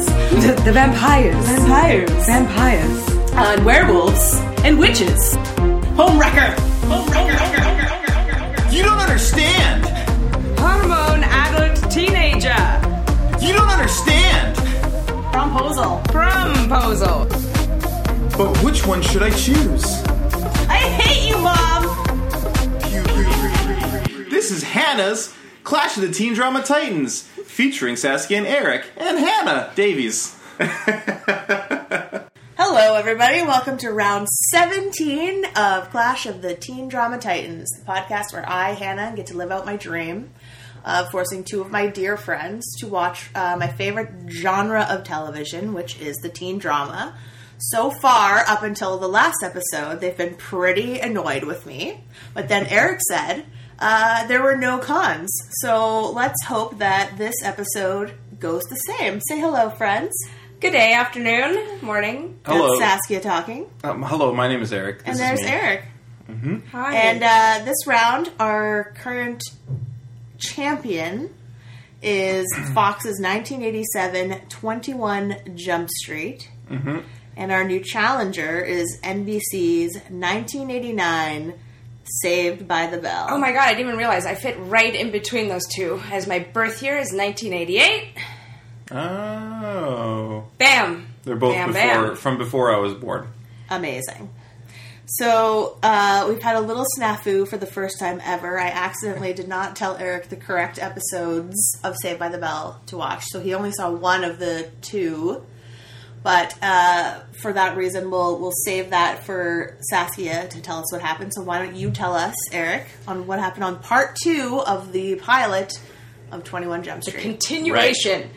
The vampires. Vampires. Vampires. and werewolves and witches. Homewrecker! You don't understand. Hormone adult teenager. You don't understand. Promposal. Promposal. But which one should I choose? I hate you, Mom! This is Hannah's Clash of the Teen Drama Titans, featuring Saskia and Eric and Hannah Davies. Hello, everybody. Welcome to round 17 of Clash of the Teen Drama Titans, the podcast where I, Hannah, get to live out my dream of forcing two of my dear friends to watch uh, my favorite genre of television, which is the teen drama. So far, up until the last episode, they've been pretty annoyed with me. But then Eric said uh, there were no cons. So let's hope that this episode goes the same. Say hello, friends. Good day, afternoon, morning. Hello. That's Saskia talking. Um, hello, my name is Eric. This And is there's me. Eric. Hi. And uh, this round, our current champion is Fox's 1987 21 Jump Street. Mm-hmm. And our new challenger is NBC's 1989 Saved by the Bell. oh my god, I didn't even realize I fit right in between those two, as my birth year is 1988. Oh. Bam! They're both Bam, before, bam. from before I was born. Amazing. So uh, we've had a little snafu for the first time ever. I accidentally did not tell Eric the correct episodes of Saved by the Bell to watch, so he only saw one of the two. But uh, for that reason, we'll we'll save that for Saskia to tell us what happened. So why don't you tell us, Eric, on what happened on part two of the pilot of Twenty One Jump Street? Continuation.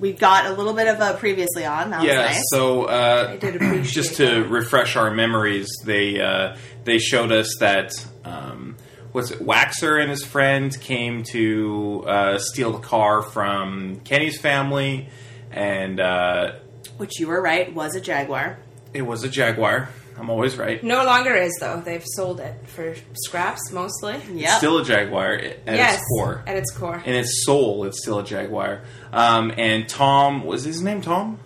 We got a little bit of a previously on. That yeah, was nice. so uh, did appreciate just to refresh our memories, they uh, they showed us that um, was it Waxer and his friend came to uh, steal the car from Kenny's family, and uh, Which you were right was a jaguar. it was a Jaguar. I'm always right. No longer is, though. They've sold it for scraps mostly. Yep. Still a Jaguar at yes. its core. At its core. in its soul, it's still a Jaguar. Um, and Tom was his name Tom,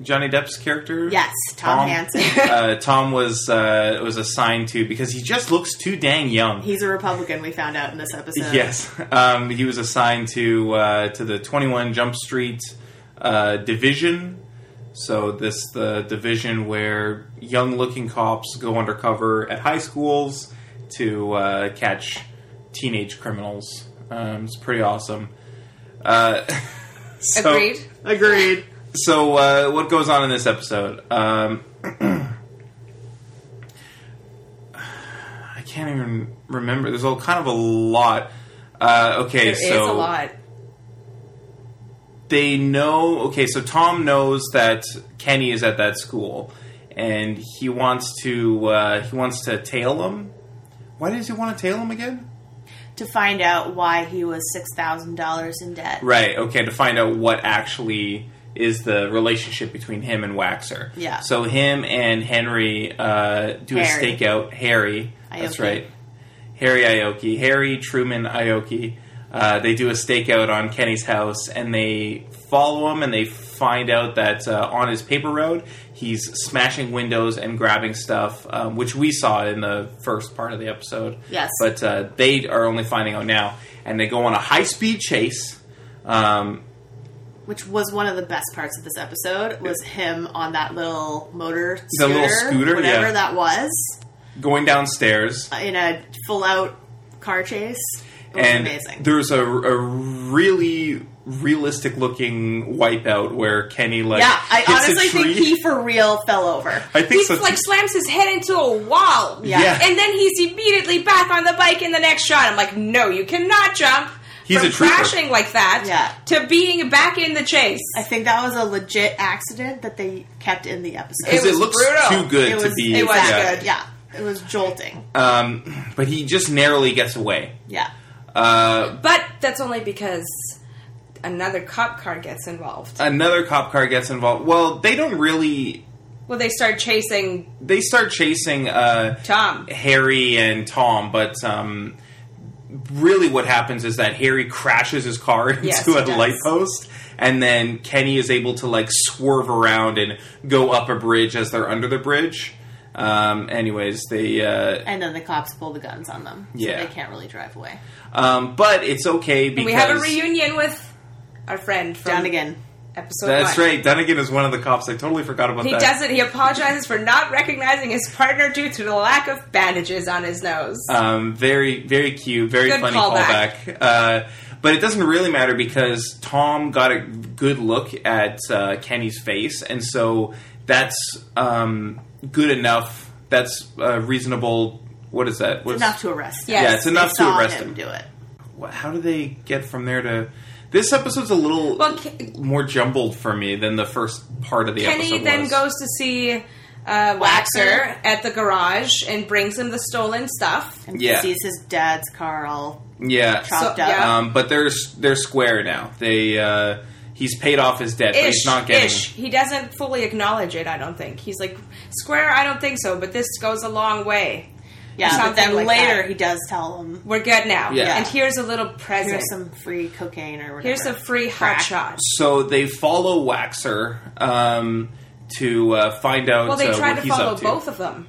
Johnny Depp's character. Yes, Tom Hansen. uh, Tom was uh, was assigned to because he just looks too dang young. He's a Republican. We found out in this episode. yes, um, he was assigned to uh, to the Twenty One Jump Street uh, division. So this the division where young looking cops go undercover at high schools to uh, catch teenage criminals. Um, it's pretty awesome. Uh, so- Agreed. agreed. so uh, what goes on in this episode? Um, I can't even remember. There's all kind of a lot. Uh, okay, There is so a lot. they know okay so tom knows that kenny is at that school and he wants to uh, he wants to tail him why does he want to tail him again To find out why he was six thousand dollars in debt. right okay to find out what actually is the relationship between him and waxer Yeah. so him and henry uh, do a Harry. stakeout harry that's Aoki. right harry ioki harry truman ioki uh, they do a stakeout on kenny's house and they follow him and they find out that uh, on his paper road he's smashing windows and grabbing stuff um, which we saw in the first part of the episode Yes. but uh, they are only finding out now and they go on a high-speed chase um, Which was one of the best parts of this episode was him on that little motor The scooter, little scooter, whatever yeah. that was, going downstairs in a full out car chase. It was and amazing. there's a, a really realistic looking wipeout where Kenny like yeah, I hits honestly a tree. think he for real fell over. I think He so. like too. slams his head into a wall. Yeah. Yeah. And then he's immediately back on the bike in the next shot. I'm like, no, you cannot jump. He's from a trooper. crashing like that Yeah. to being back in the chase. I think that was a legit accident that they kept in the episode. because it it was looks brutal. too good It was, to be it was yeah. good. Yeah, it was jolting. Um, but he just narrowly gets away. yeah. Uh, But that's only because another cop car gets involved. another cop car gets involved. Well, they don't really. Well, they start chasing They start chasing uh, Tom. Harry and Tom, but um, really what happens is that Harry crashes his car into Yes, he a does. light post, and then Kenny is able to like swerve around and go up a bridge as they're under the bridge. Um, anyways, they uh, And then the cops pull the guns on them. So Yeah. they can't really drive away. um, but it's okay because we have a reunion with our friend from Down again. episode That's one. right. Dunnigan is one of the cops. I totally forgot about He that. does it. He apologizes for not recognizing his partner due to the lack of bandages on his nose. Um, very, very cute, very Good funny callback. callback. Uh, but it doesn't really matter because Tom got a good look at uh, Kenny's face, and so that's um, good enough. That's uh, reasonable. What is that? What's, Enough to arrest him. Yeah, yeah, it's enough They to saw arrest him him. do it. Wha- How do they get from there to? This episode's a little Well, Ke- more jumbled for me than the first part of the Kenny episode. then was. goes to see uh, Waxer at the garage and brings him the stolen stuff. And Yeah. he sees his dad's car all yeah, chopped So- up. yeah. Um, but they're they're square now. They uh, he's paid off his debt, but Ish, he's not getting. ish. He doesn't fully acknowledge it. I don't think he's like Square. I don't think so. But this goes a long way. Yeah, but something then like later that. he does tell him We're good now. Yeah. And here's a little present. here's some free cocaine or whatever. Here's a free hot shot. So they follow Waxer um, to uh, find out Well, they uh, try what to he's follow up to. both of them.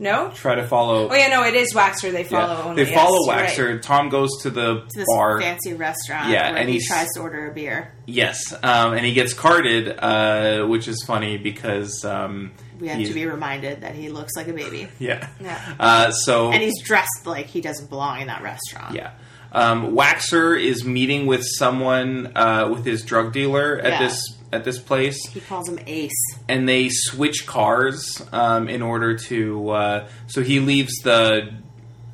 No. Try to follow. Oh yeah, no, it is Waxer. yeah. They follow. Only. they follow Yes, you're Waxer. right. Tom goes to the this bar. fancy restaurant Yeah, where and he he's- tries to order a beer. Yes, um, and he gets carded, uh, which is funny because um, We have he's- to be reminded that he looks like a baby. Yeah. Yeah. Uh, so And he's dressed like he doesn't belong in that restaurant. Yeah. Um, Waxer is meeting with someone uh, with his drug dealer at Yeah. this at this place, He calls him Ace. and they switch cars um, in order to. Uh, so he leaves the.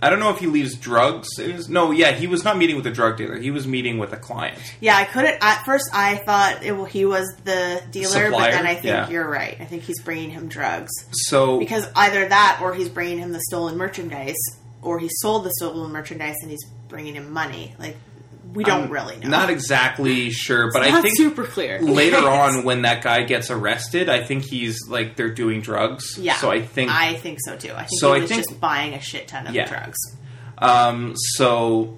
I don't know if he leaves drugs. In his, no, yeah, he was not meeting with a drug dealer. He was meeting with a client. Yeah, I couldn't. At first, I thought it, well, he was the dealer, Supplier? but then I think Yeah. you're right. I think he's bringing him drugs So because either that, or he's bringing him the stolen merchandise, or he sold the stolen merchandise and he's bringing him money. Like we don't I'm really know. Not exactly sure, but I Not think super clear. later on when that guy gets arrested, I think he's like they're doing drugs. Yeah. So I think I think so too. I think So he I was think- just buying a shit ton of Yeah. drugs. Um, so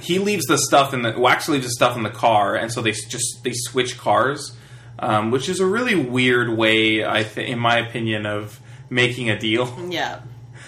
he leaves the stuff in the Wax leaves the stuff in the car, and so they s- just they switch cars, um, which is a really weird way, I th- in my opinion, of making a deal. Yeah.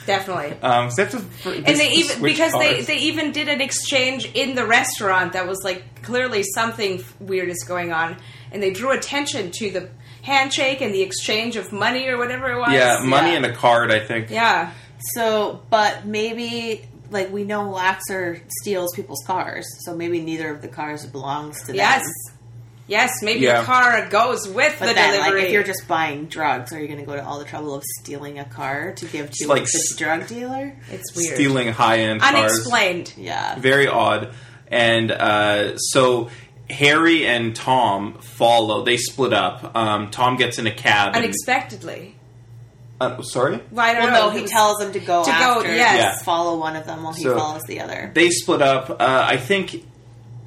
Definitely. Um, 'cause they have to fr- Mm-hmm. and they just even switch because they, cars. they even did an exchange in the restaurant that was like clearly something f- weird is going on and they drew attention to the handshake and the exchange of money or whatever it was yeah, money yeah. and a card, I think. yeah So, but maybe like we know Laxer steals people's cars, so maybe neither of the cars belongs to them. yes yes maybe Yeah. the car goes with But the then, delivery like, if you're just buying drugs, are you going to go to all the trouble of stealing a car to give to like the s- drug dealer? it's weird Stealing high end cars. unexplained Yeah. very odd. And uh, so Harry and Tom follow. They split up. Um, Tom gets in a cab. And, unexpectedly uh, sorry. well, I don't know Well, no, It he was- tells him to go To go, after. yes. Yeah. Follow one of them while he So- follows the other. they split up. Uh, I think,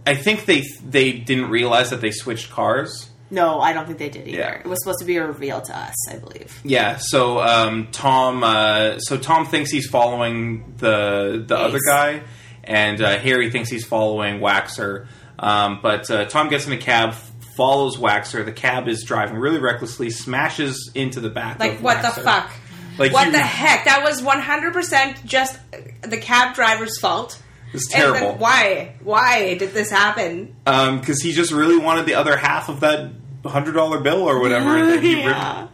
I think they they didn't realize that they switched cars. No, I don't think they did either. Yeah. It was supposed to be a reveal to us, I believe. Yeah. So um, Tom, uh, so Tom thinks he's following the the other guy, and uh, Harry thinks he's following Waxer. Um, but uh, Tom gets in a cab, f- follows Waxer. The cab is driving really recklessly, smashes into the back. like of what the Waxer. fuck Like what you- the heck that was 100% just uh, the cab driver's fault It's And then terrible. why why did this happen because Um, he just really wanted the other half of that hundred dollar bill or whatever that he Yeah. ripped.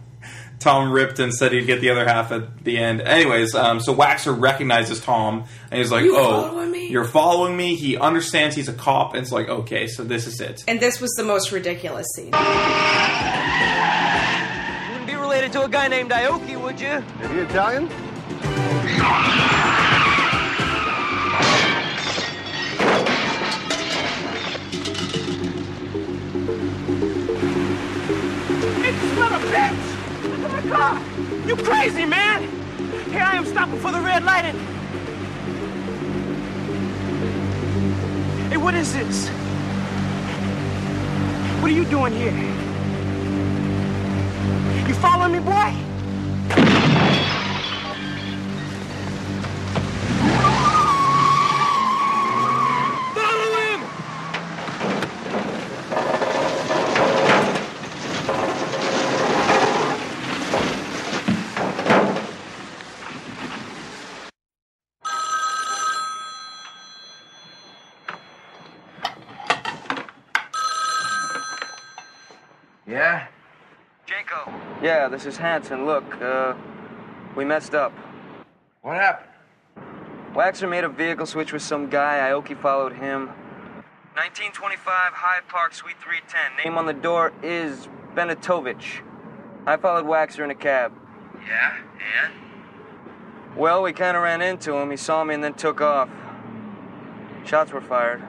Tom ripped and said he'd get the other half at the end. Anyways, um, so Waxer recognizes Tom and he's like, You "Oh, following me?" you're following me." He understands he's a cop and it's like, "Okay, so this is it." And this was the most ridiculous scene. wouldn't be related to a guy named Aoki, would you? Is he Italian? Son of a bitch! Look at the car! You crazy, man! Here I am stopping for the red light and... Hey, what is this? What are you doing here? You following me, boy? Yeah? Janko, Yeah, this is Hanson. Look, uh, we messed up. what happened? Waxer made a vehicle switch with some guy. Aoki followed him. 1925 High Park, Suite 310. Name on the door is Benetovich. I followed Waxer in a cab. Yeah, and? Well, we kind of ran into him. He saw me and then took off. Shots were fired.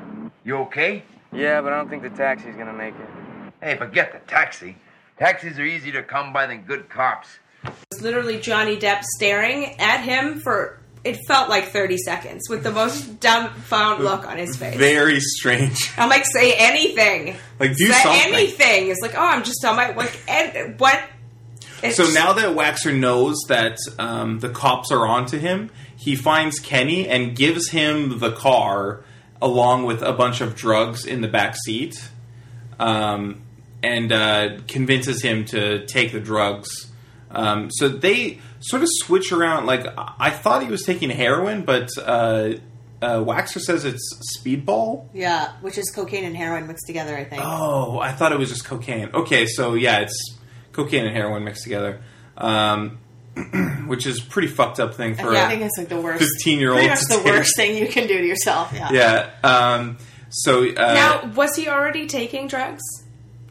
You okay? Yeah, but I don't think the taxi's gonna make it. Hey, forget the taxi. Taxis are easier to come by than good cops. It's literally Johnny Depp staring at him for it felt like 30 seconds with the most dumbfound look on his face. Very strange. I'm like, say anything. Like, do say something. anything. It's like, oh, I'm just on my like, and what? It's So now that Waxer knows that um, the cops are onto him, he finds Kenny and gives him the car along with a bunch of drugs in the back seat, um, and uh, convinces him to take the drugs. Um, so they sort of switch around. Like I I thought he was taking heroin, but uh, uh, Waxer says it's speedball. Yeah, which is cocaine and heroin mixed together, I think. Oh, I thought it was just cocaine. Okay, so yeah, it's cocaine and heroin mixed together, um, which is pretty fucked up thing for I yeah. think it's like the worst. 15-year-old Pretty much to the take. worst thing you can do to yourself. Yeah. Um, so uh, now was he already taking drugs?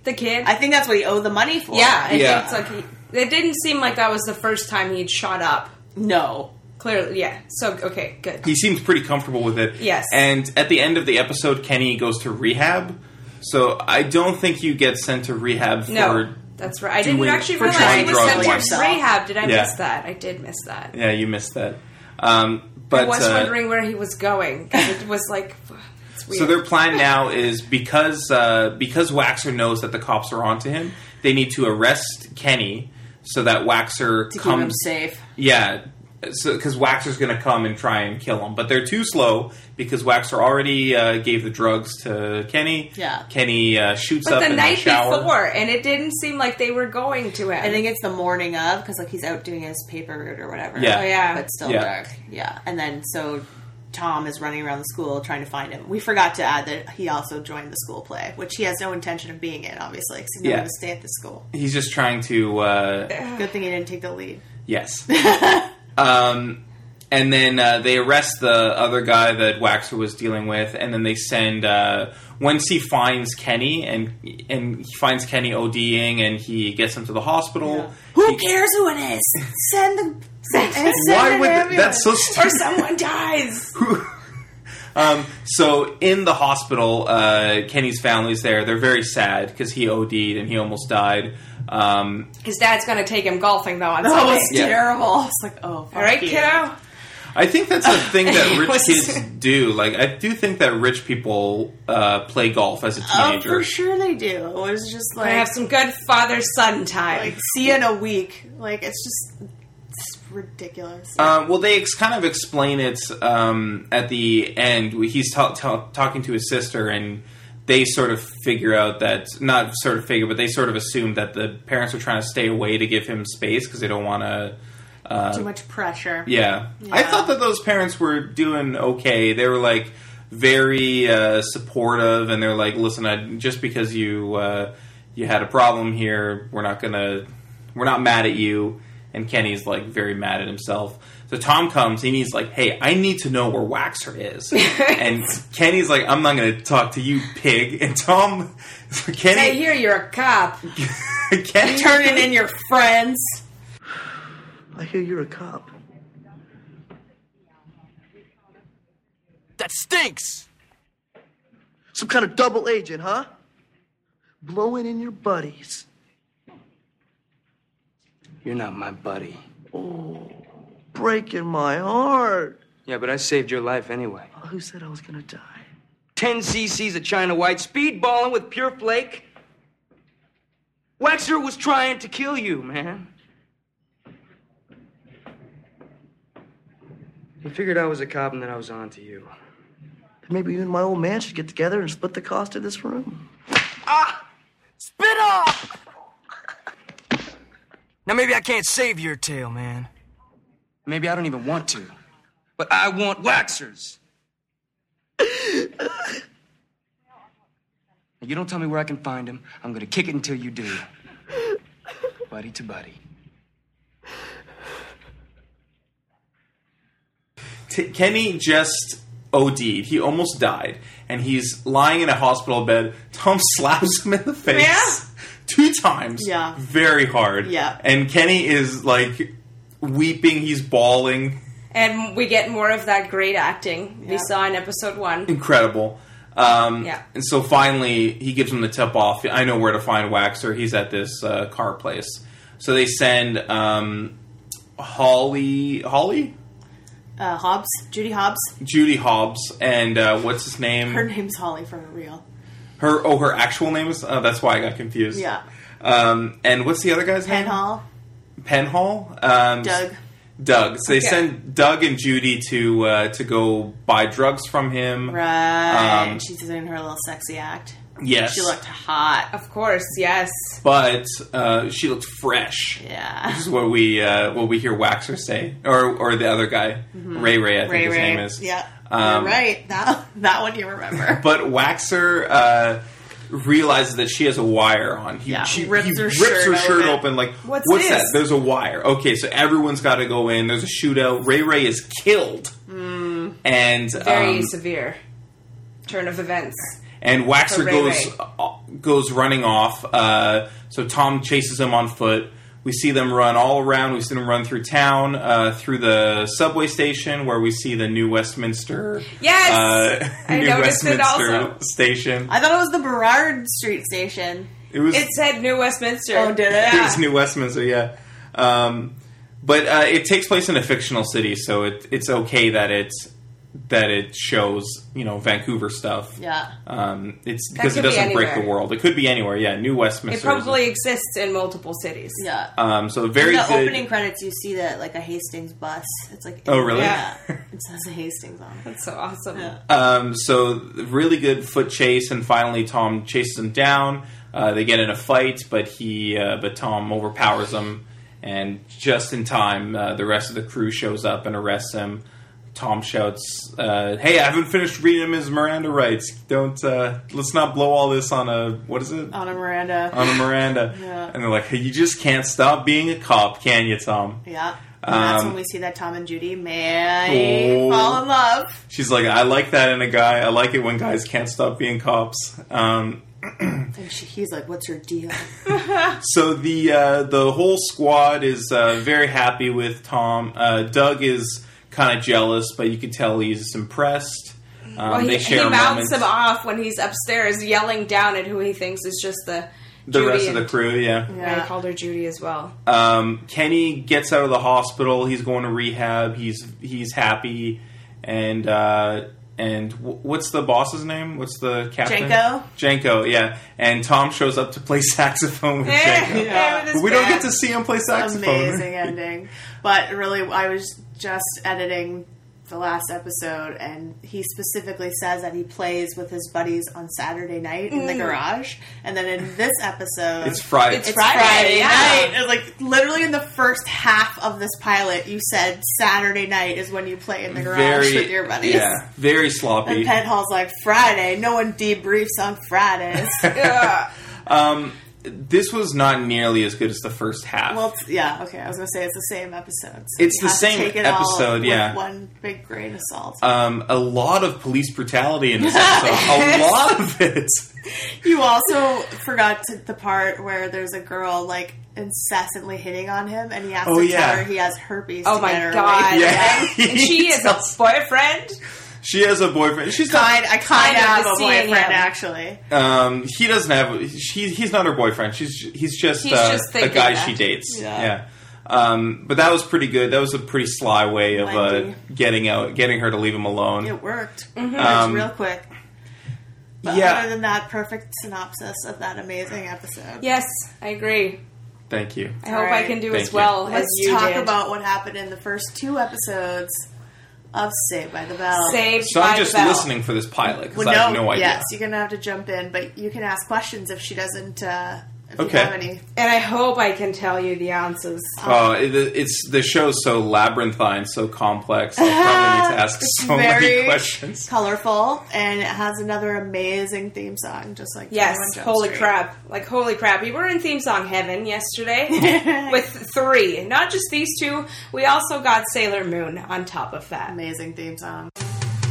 The kid. I think that's what he owed the money for. yeah, I Yeah. think it's like he, it didn't seem like that was the first time he'd shot up. No. Clearly, yeah. So okay, good. he seems pretty comfortable with it. Yes. And at the end of the episode, Kenny goes to rehab. So I don't think you get sent to rehab No, for. that's right. I doing- didn't actually for realize trying he was drugs sent once. to rehab. Did I Yeah. miss that? I did miss that. Yeah, you missed that. Um, but I was uh, wondering where he was going 'cause it was like it's weird. So their plan now is because uh, because Waxer knows that the cops are onto him, they need to arrest Kenny so that Waxer To keep him comes. safe. Yeah, because Waxer's going to come and try and kill him, but they're too slow because Waxer already uh, gave the drugs to Kenny. Yeah. Kenny uh, shoots but up the in night the shower. before, and it didn't seem like they were going to him. I think it's the morning of because like he's out doing his paper route or whatever. Yeah. Oh, yeah. But still Yeah. dark. Yeah. And then so Tom is running around the school trying to find him. We forgot to add that he also joined the school play, which he has no intention of being in, obviously, because he Yeah. wanted to stay at the school. He's just trying to. Uh, Good thing he didn't take the lead. Yes. um, and then uh, they arrest the other guy that Waxer was dealing with, and then they send. Uh, once he finds Kenny, and and he finds Kenny ODing, and he gets him to the hospital. Who He- cares who it is? Send them. Send, send Why an would th- ambulance. that's so or stupid? someone dies. Um, so in the hospital, uh, Kenny's family's there. They're very sad because he OD'd and he almost died. Um, His dad's going to take him golfing though on That Sunday. was Yeah. terrible. It's like, oh, fuck All right, you. kiddo. I think that's a thing that rich was- kids do. Like, I do think that rich people uh, play golf as a Oh, teenager. for sure they do. It was just I like, have some good father-son like time. see you in a week. Like it's just it's ridiculous. Um, well, they ex- kind of explain it um, at the end. He's ta- ta- talking to his sister, and they sort of figure out that not sort of figure, but they sort of assume that the parents are trying to stay away to give him space because they don't want to. Too much pressure. Yeah. I thought that those parents were doing okay. They were like very uh, supportive, and they're like, "Listen, I, just because you uh, you had a problem here, we're not gonna we're not mad at you." And Kenny's like very mad at himself. So Tom comes and he's like, "Hey, I need to know where Waxer is." and Kenny's like, "I'm not going to talk to you, pig." And Tom, Hey, Kenny, here you're a cop. Kenny, Turning in your friends. I hear you're a cop. That stinks! Some kind of double agent, huh? Blowing in your buddies. You're not my buddy. Breaking my heart. Yeah, but I saved your life anyway. Who said I was gonna die? 10 cc's of China White, speedballing with pure flake. Waxer was trying to kill you, man. He figured I was a cop and that I was on to you. Maybe you and my old man should get together and split the cost of this room. Ah! Spit off! now, maybe I can't save your tail, man. Maybe I don't even want to. But I want waxers. Now, you don't tell me where I can find him. I'm gonna kick it until you do. buddy to buddy. T- Kenny just OD'd. He almost died, and he's lying in a hospital bed. Tom slaps him in the face Yeah. two times, Yeah. very hard. Yeah. and Kenny is like weeping. He's bawling. And we get more of that great acting we saw in episode one. incredible. Um, Yeah. And so finally, he gives him the tip off. I know where to find Waxer. He's at this uh, car place. So they send um, Holly, Holly, Uh, Hobbs, Judy Hobbs. Judy Hobbs, and uh, what's his name? Her name's Holly for real. Her- oh, her actual name is. Oh, that's why I got confused. Yeah. Um, and what's the other guy's Penn name? Hall, Penhall. Um, Doug. Doug. So they Okay. send Doug and Judy to uh, to go buy drugs from him. Right. Um, She's doing her little sexy act. Yes. She looked hot. Of course, yes. but uh, she looked fresh. Yeah. This is what we uh, what we hear Waxer say, or or the other guy, Ray Ray, I think Mm-hmm. Ray his Ray. name is. Yeah. Um, You're right. That that one you remember. But Waxer uh, realizes that she has a wire on. He, Yeah, she, rips he her rips shirt her shirt open. open. Like, What's what's, this?" that? There's a wire. Okay, so everyone's got to go in. There's a shootout. Ray Ray is killed, and Hmm. Very um, severe turn of events. and Waxer For Ray goes Ray. uh, goes running off. Uh, so Tom chases him on foot. We see them run all around. We see them run through town, uh, through the subway station where we see the New Westminster. Yes! uh, I New noticed it Westminster also. station. I thought it was the Burrard Street station. It was It said New Westminster. Oh, did it? it was New Westminster, yeah. Um, but uh, it takes place in a fictional city, so it, it's okay that it that it shows you know Vancouver stuff. Yeah. Um, it's because it could be doesn't break the anywhere. world. It could be anywhere. Yeah, New Westminster. It is a- probably exists in multiple cities. Yeah. Um, so very In the good. opening credits, you see that like a Hastings bus. It's like Oh, really? Yeah, it says Hastings on it. That's so awesome. Um, so really good foot chase, and finally Tom chases him down. Uh, they get in a fight, but he uh, but Tom overpowers him, and just in time, uh, the rest of the crew shows up and arrests him. Tom shouts, uh, "Hey, I haven't finished reading his Miranda rights. Don't uh, let's not blow all this on a what is it On a Miranda. on a Miranda." Oh. Yeah. And they're like, hey, "You just can't stop being a cop, can you, Tom?" yeah. And that's Um, when we see that Tom and Judy may Oh. fall in love. She's like, "I like that in a guy. I like it when guys can't stop being cops." Um, And she, he's like, "What's her deal?" So the uh, the whole squad is uh, very happy with Tom. Uh, Doug is kind of jealous, but you can tell he's impressed. Um, Well, they he, share he mounts moments. him off when he's upstairs yelling down at who he thinks is just the the Judy rest of the and- crew, yeah. I Yeah. called her Judy as well. Um, Kenny gets out of the hospital. He's going to rehab. He's he's happy, and uh, and w- what's the boss's name? What's the captain? Janko? Janko, yeah. And Tom shows up to play saxophone with Eh, Janko. eh, with his We don't band. get to see him play saxophone. Amazing ending. But really, I was just editing the last episode, and he specifically says that he plays with his buddies on Saturday night in the garage, and then in this episode, It's Friday. It's Friday, Friday, yeah. night. It was like literally in the first half of this pilot, you said Saturday night is when you play in the garage with your buddies. Yeah, very sloppy. And Penhall's like Friday. No one debriefs on Fridays. Yeah. Um, this was not nearly as good as the first half. well, it's, yeah, okay. I was gonna say it's the same episode. so It's you the have to same take it all episode, with yeah. One big grain of salt. um, a lot of police brutality in this episode. A lot of it. you also forgot to, the part where there's a girl like incessantly hitting on him, and he has Oh, to yeah. tell her he has herpes. Oh to my get her god. Away. Yeah. And she is a boyfriend. She has a boyfriend. She's not. Kind, I kind Kinda of have a seeing boyfriend him. actually. Um, he doesn't have. She, he's not her boyfriend. She's. He's just. He's uh, just a thinking guy that. she dates. Yeah. Um, but that was pretty good. That was a pretty sly way of uh, Mindy. getting out, getting her to leave him alone. It worked. Mm-hmm. It worked Um, real quick. But other yeah. than that, perfect synopsis of that amazing episode. Yes, I agree. Thank you. I hope I Alright. can do Thank as you. well as Let's you talk did. about what happened in the first two episodes of Saved by the Bell. Saved So by I'm just the Bell. listening for this pilot because Well, I have no idea. Yes, you're gonna have to jump in, but you can ask questions if she doesn't uh, If you Okay. have any. And I hope I can tell you the ounces. Oh, it, it's the show's so labyrinthine, so complex. I'll probably need to ask It's so very many questions. colorful, and it has another amazing theme song, just like Yes, 21 Jump holy Street. crap. Like, holy crap. We were in theme song heaven yesterday with three. Not just these two, we also got Sailor Moon on top of that. Amazing theme song.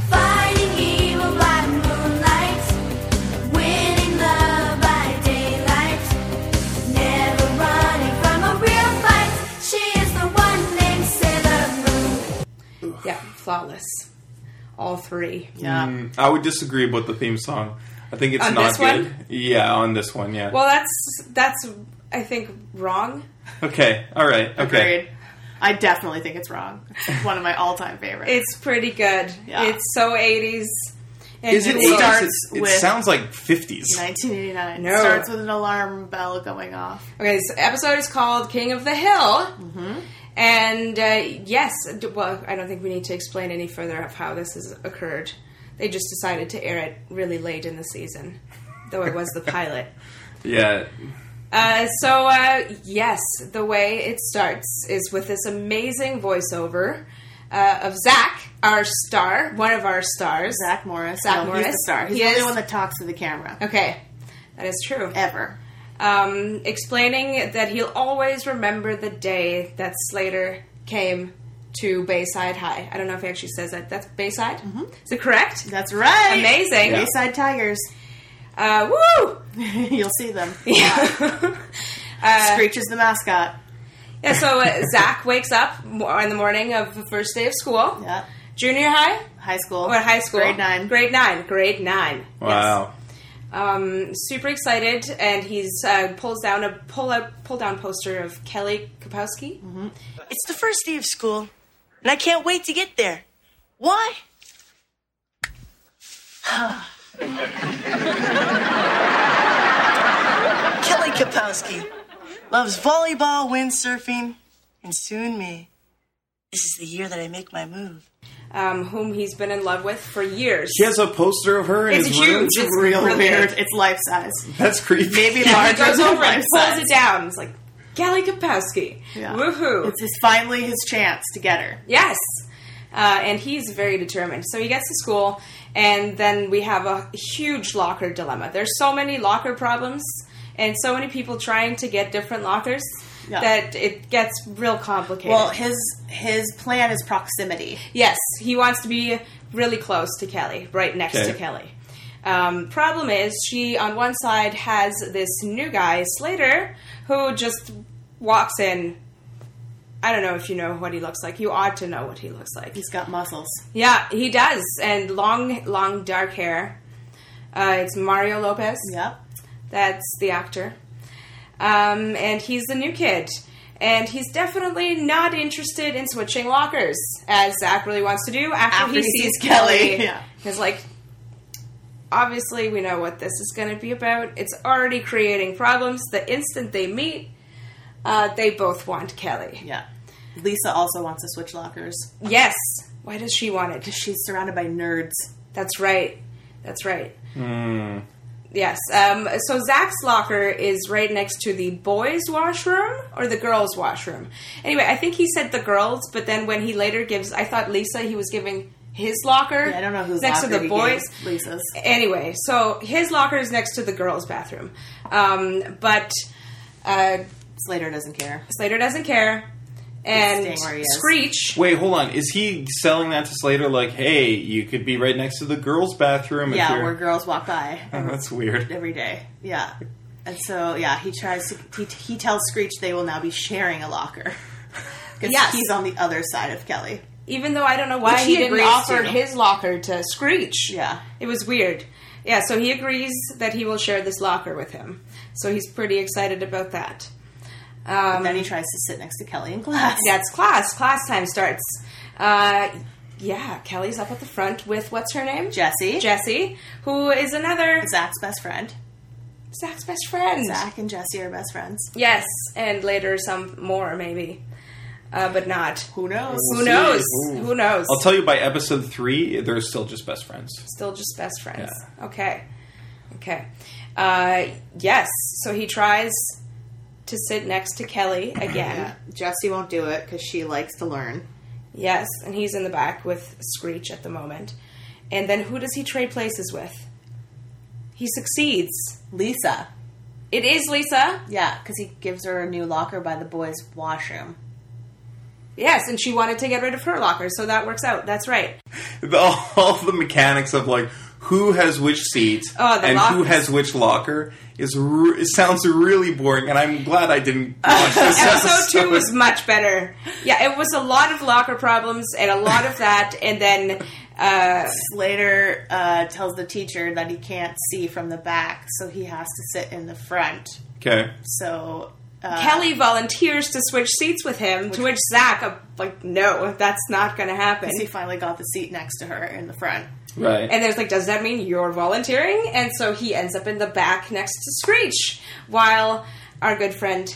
Fighting evil by moonlight, winning love by daylight, never running from a real fight. She is the one named Sailor Moon. Yeah, flawless. All three. Yeah. I would disagree about the theme song. I think it's On not this good. one? Yeah, on this one, yeah. Well, that's that's I think wrong. okay, all right, okay. Agreed. I definitely think it's wrong. It's one of my all-time favorites. It's pretty good. Yeah. It's so eighties. And Is it it's- starts? starts It with- sounds like fifties. 1989. No. Starts with an alarm bell going off. Okay, this episode is called King of the Hill. And uh, yes, d- well, I don't think we need to explain any further of how this has occurred. They just decided to air it really late in the season, though it was the pilot. Yeah, Uh, so, uh, yes, the way it starts is with this amazing voiceover uh, of Zach, our star, one of our stars. Zach Morris. Zach no, He's Morris. the star. He's He the only is- one that talks to the camera. Okay, that is true. Ever. um, explaining that he'll always remember the day that Slater came to Bayside High. I don't know if he actually says that. That's Bayside? Mm-hmm. Is it correct? That's right. Amazing. Yeah. Bayside Tigers. Uh, woo! You'll see them. Yeah. Screech is the mascot. yeah, so uh, Zach wakes up mo- on the morning of the first day of school. Yeah. Junior high? High school. Or high school? Grade nine. Grade nine. Grade nine. Yes. wow. um, super excited, and he's uh, pulls down a pull up pull down poster of Kelly Kapowski. Mm-hmm. It's the first day of school, and I can't wait to get there. Why? Kelly Kapowski loves volleyball, windsurfing, and soon me. This is the year that I make my move. um, whom he's been in love with for years. He has a poster of her in It's his room. huge. It's Real really weird. big. It's life size. That's creepy. Maybe He larger goes than over and life pulls size. it down. It's like Gally Kapowski. Yeah. Woohoo! It's his, finally his chance to get her. yes, uh, and he's very determined. So he gets to school, and then we have a huge locker dilemma. There's so many locker problems, and so many people trying to get different lockers Yeah. that it gets real complicated. Well, his his plan is proximity. Yes, he wants to be really close to Kelly, right next Okay. to Kelly. Um, problem is, she on one side has this new guy, Slater, who just walks in. I don't know if you know what he looks like. You ought to know what he looks like. He's got muscles. Yeah, he does, and long, long dark hair. Uh, it's Mario Lopez. Yep. That's the actor. Um, and he's the new kid. And he's definitely not interested in switching lockers, as Zach really wants to do after, After he, sees Kelly. yeah. He's like, obviously, we know what this is going to be about. It's already creating problems. The instant they meet, uh, they both want Kelly. Yeah. Lisa also wants to switch lockers. Yes. Why does she want it? She's surrounded by nerds. That's right. That's right. Yes. Um, so Zach's locker is right next to the boys' washroom or the girls' washroom. Anyway, I think he said the girls, but then when he later gives, I thought Lisa, he was giving his locker. I don't know who's next to the boys. Lisa's. Anyway, so his locker is next to the girls' bathroom, um, but uh, Slater doesn't care. Slater doesn't care, and staying where he is. Screech. Wait, hold on. Is he selling that to Slater? Like, hey, you could be right next to the girls' bathroom. if Yeah, you're... where girls walk by Oh, that's weird. every day. Yeah. And so, yeah, he tries to. He, he tells Screech they will now be sharing a locker. Because Yes. he's on the other side of Kelly. even though I don't know why Which he, he didn't agrees offer to. his locker to Screech. Yeah. It was weird. Yeah, so he agrees that he will share this locker with him. So he's pretty excited about that. Um, Then he tries to sit next to Kelly in class. yeah, it's class. Class time starts. Uh, yeah, Kelly's up at the front with what's her name? Jesse. Jessie, who is another Zach's best friend. Zach's best friend. Zach and Jesse are best friends. Yes, and later some more maybe, uh, but not. Who knows? Who knows? Ooh. Who knows? I'll tell you by episode three, they're still just best friends. Still just best friends. Okay. Okay. Uh, yes. So he tries to sit next to Kelly again. Jesse won't do it because she likes to learn. Yes, and he's in the back with Screech at the moment. And then who does he trade places with? He succeeds. Lisa. It is Lisa. Yeah, because he gives her a new locker by the boys' washroom. Yes, and she wanted to get rid of her locker, so that works out. That's right. The, all the mechanics of like who has which seat Oh, the and who lockers. has which locker is re- it sounds really boring, and I'm glad I didn't watch this episode episode. two was much better. Yeah, it was a lot of locker problems and a lot of that, and then uh, Slater uh, tells the teacher that he can't see from the back, so he has to sit in the front. okay, So uh, Kelly volunteers to switch seats with him. to which Zach, uh, like, no, that's not going to happen. he finally got the seat next to her in the front. right? And there's like, does that mean you're volunteering? And so he ends up in the back next to Screech, while our good friend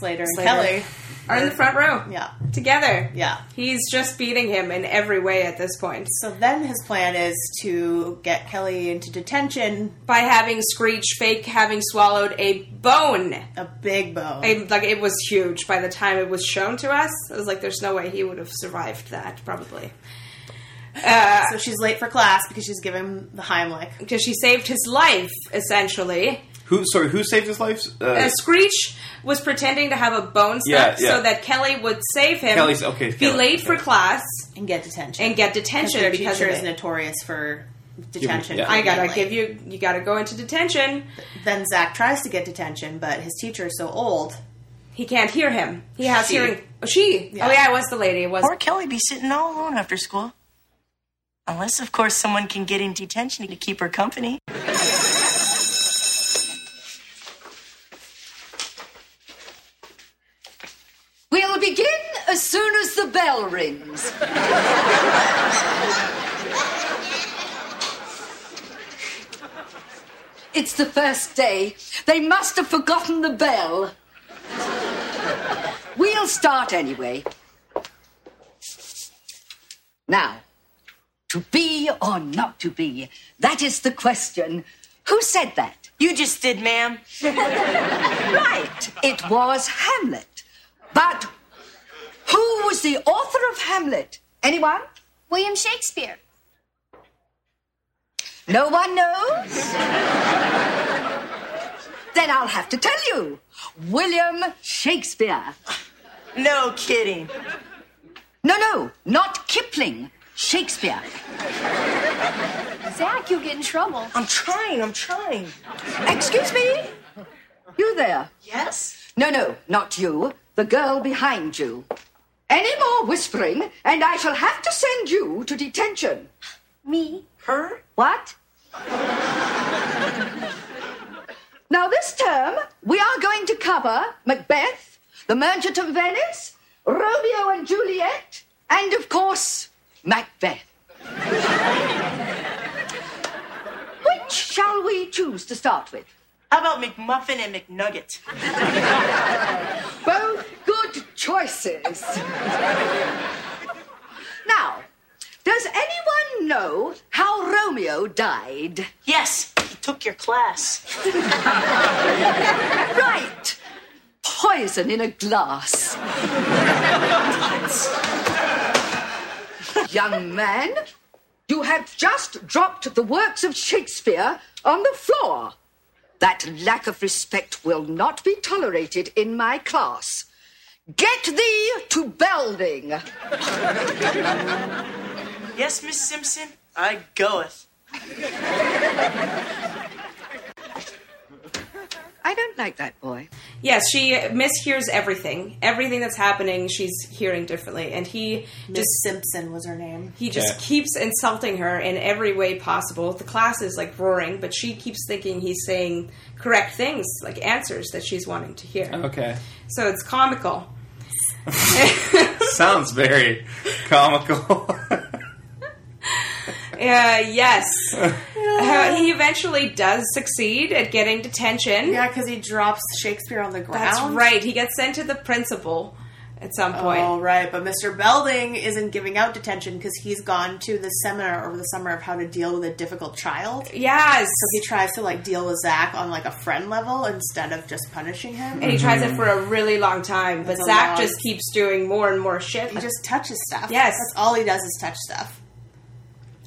Slater and Slater. Kelly. are in the front row. Yeah. Together. Yeah. He's just beating him in every way at this point. So then his plan is to get Kelly into detention, By having Screech fake having swallowed a bone. a big bone. I, like it was huge by the time it was shown to us. I was like, there's no way he would have survived that, probably. so she's late for class because she's given the Heimlich. Because she saved his life, essentially. Who sorry? Who saved his life? Uh, Uh, Screech was pretending to have a bone Yeah, snap yeah. so that Kelly would save him. Kelly's- okay, Be Kelly, late for okay. class and get detention. and get because detention their because of teacher is it. notorious for detention. yeah. I gotta give you. You gotta go into detention. Then Zach tries to get detention, but his teacher is so old. He can't hear him. He has She. hearing. Oh, she. Oh yeah, it was the lady. It was. Or Kelly be sitting all alone after school. Unless, of course, someone can get in detention to keep her company. We'll begin as soon as the bell rings. it's the first day. They must have forgotten the bell. We'll start anyway. Now, to be or not to be, that is the question. Who said that? You just did, ma'am. Right, it was Hamlet. But who was the author of Hamlet? Anyone? William Shakespeare. No one knows? then I'll have to tell you William Shakespeare. No kidding. No, no, not Kipling. Shakespeare. Zach, you'll get in trouble. I'm trying, I'm trying. Excuse me? You there? Yes? No, no, not you. The girl behind you. Any more whispering, and I shall have to send you to detention. Me? Her? What? now, this term, we are going to cover Macbeth, The Merchant of Venice, Romeo and Juliet, and of course, Macbeth. Which shall we choose to start with? How about McMuffin and McNugget? Both good choices. now, does anyone know how Romeo died? Yes, he took your class. Right. Poison in a glass. Young man, you have just dropped the works of Shakespeare on the floor. That lack of respect will not be tolerated in my class. Get thee to Belding. Yes, Miss Simpson? I goeth. I don't like that boy. Yes, she mishears everything. Everything that's happening, she's hearing differently, and he Miss just Simpson was her name. he just Yeah. keeps insulting her in every way possible. The class is like roaring, but she keeps thinking he's saying correct things, like answers that she's wanting to hear. okay, So it's comical. sounds very comical. Uh, yes. Uh, he eventually does succeed at getting detention. Yeah, because he drops Shakespeare on the ground. That's right. He gets sent to the principal. at some point. All Oh, right, but Mr. Belding isn't giving out detention because he's gone to the seminar over the summer of how to deal with a difficult child. Yes. He tries to like deal with Zach on like a friend level instead of just punishing him. and he tries it for a really long time, but That's a Zach lot. just keeps doing more and more shit. He just touches stuff. Yes. that's all he does is touch stuff.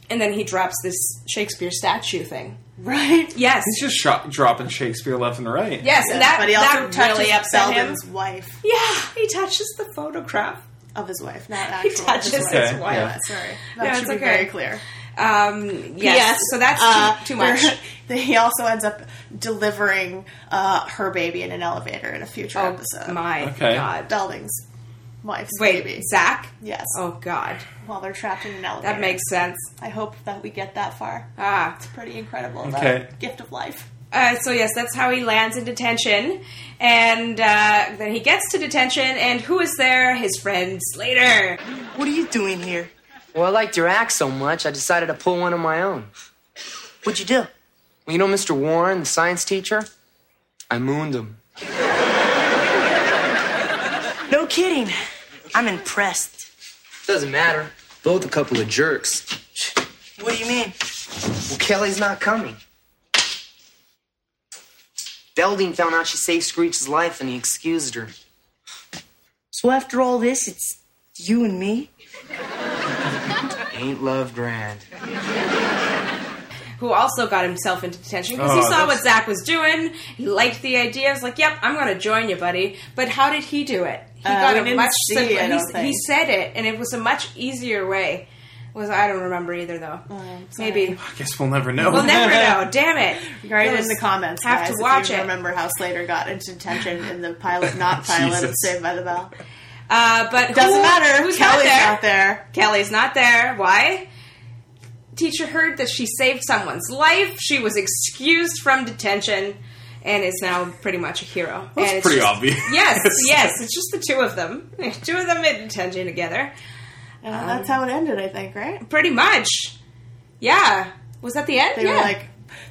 and then he drops this Shakespeare statue thing. Right. Yes. He's just shot, dropping Shakespeare left and right. Yes, and that, but he also that touches really upset him. Belden's wife Yeah, he touches the photograph. of his wife, not actual. He of his touches wife. Okay, his wife. yeah. Sorry, No, that should it's be okay. very clear. Um, yes. Yes. So that's Uh, too, too much. there- He also ends up delivering uh, her baby in an elevator in a future Oh episode. my Okay. god. Belding's wife's Wait, baby. Zach? Yes. Oh god. While they're trapped in an elevator. That makes sense. I hope that we get that far. Ah. It's pretty incredible. Okay. That gift of life. Uh, so yes, that's how he lands in detention, and uh, then he gets to detention, and who is there? His friend Slater. What are you doing here? Well, I liked your act so much, I decided to pull one of my own. What'd you do? Well, you know Mr. Warren, the science teacher? I mooned him. No kidding. I'm impressed. Doesn't matter. Both a couple of jerks. What do you mean? Well, Kelly's not coming. Belding found out she saved Screech's life and he excused her. So after all this, it's you and me? Ain't love grand. who also got himself into detention because Oh, he saw what that's- Zach was doing. He liked the idea. He's like, "Yep, I'm going to join you, buddy." But how did he do it? He Uh, got we a didn't much see, simpler. I he, don't s- he think. said it, and it was a much easier way. Was I don't remember either though. Oh, Maybe I guess we'll never know. we'll never know. Damn it! Write it Yes. in the comments. Have guys, to if watch you it. Remember how Slater got into detention in the pilot, not pilot of Jesus. Saved by the Bell. Uh, but Doesn't who- matter. Who's not Kelly's there? out there. Kelly's not there. Why? Teacher heard that she saved someone's life. She was excused from detention and is now pretty much a hero. That's and it's pretty just- obvious. Yes, yes. It's just the two of them. Two of them in detention together. And that's how it ended, I think, right? Pretty much. Yeah. Was that the end? They yeah. were like,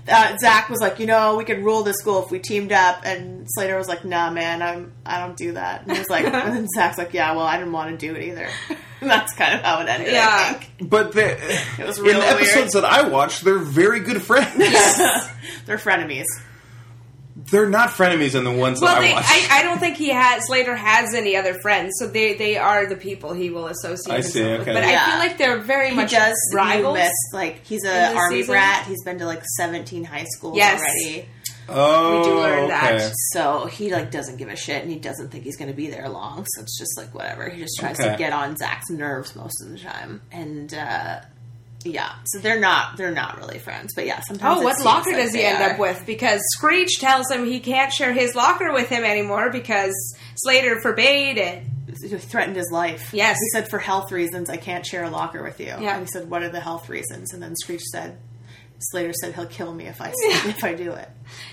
uh, Zach was like, you know, we could rule the school if we teamed up. And Slater was like, nah, man, I'm, I don't do that. And he was like, and then Zach's like, yeah, well, I didn't want to do it either. And that's kind of how it ended. I yeah. think. But the, It was in really the episodes that I watched, they're very good friends. weird. They're frenemies. They're not frenemies in the ones Well, that they, I watched. I, I don't think he has Slater has any other friends, so they, they are the people he will associate. I see, himself with. okay. But I Yeah. feel like they're very He much does rivals. rivals. like he's in a this army season. brat. He's been to like seventeen high schools Yes. already. oh, we do learn that. okay. So he like doesn't give a shit, and he doesn't think he's going to be there long. So it's just like whatever. He just tries Okay. to get on Zach's nerves most of the time, and uh, yeah. So they're not they're not really friends, but yeah. Sometimes Oh, it what seems locker like does he they end are. up with? Because Screech tells him he can't share his locker with him anymore because Slater forbade it. He threatened his life. Yes. he said for health reasons I can't share a locker with you. Yeah. and he said what are the health reasons? And then Screech said. Slater said he'll kill me if I if I do it.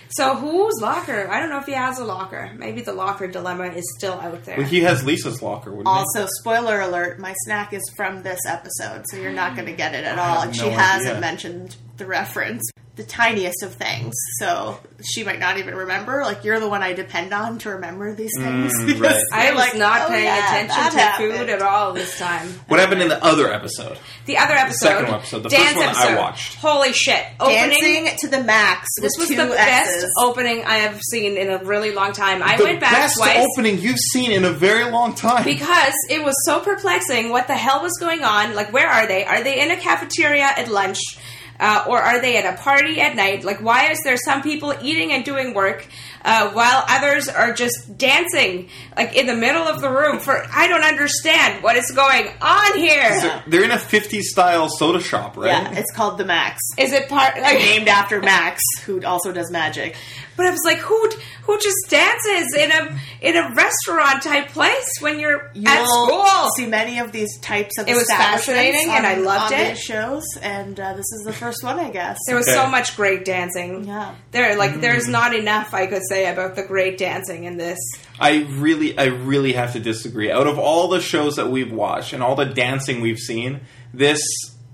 So whose locker? I don't know if he has a locker. Maybe the locker dilemma is still out there. Well, he has Lisa's locker, wouldn't he? Also, spoiler alert, my snack is from this episode, so you're not going to get it at all. have And no she hasn't idea. mentioned the reference, the tiniest of things. So she might not even remember. Like, you're the one I depend on to remember these things. because Mm, right. I you're was not "Oh, paying yeah, that attention to food happened." at all this time. What happened in the other episode? The other episode, second episode, the first dance one I episode. watched. Holy shit! Opening. Dancing to the max. This was with the two best X's. opening I have seen in a really long time. I the went back best twice. opening you've seen in a very long time. because it was so perplexing what the hell was going on like where are they are they in a cafeteria at lunch uh, or are they at a party at night like why is there some people eating and doing work uh, while others are just dancing like in the middle of the room for i don't understand what is going on here They're- They're in a 50s style soda shop, right? Yeah, it's called the max. is it part like Named after Max, who also does magic. but i was like who who just dances in a in a restaurant type place when you're at You'll school See many of these types of It was establishments fascinating, and on- I loved on it. these shows, and uh, this is the first one, I guess. There was Okay. Mm. so much great dancing. Yeah. There like there's not enough I could say about the great dancing in this. I really, I really have to disagree. Out of all the shows that we've watched and all the Hmm. dancing we've seen, this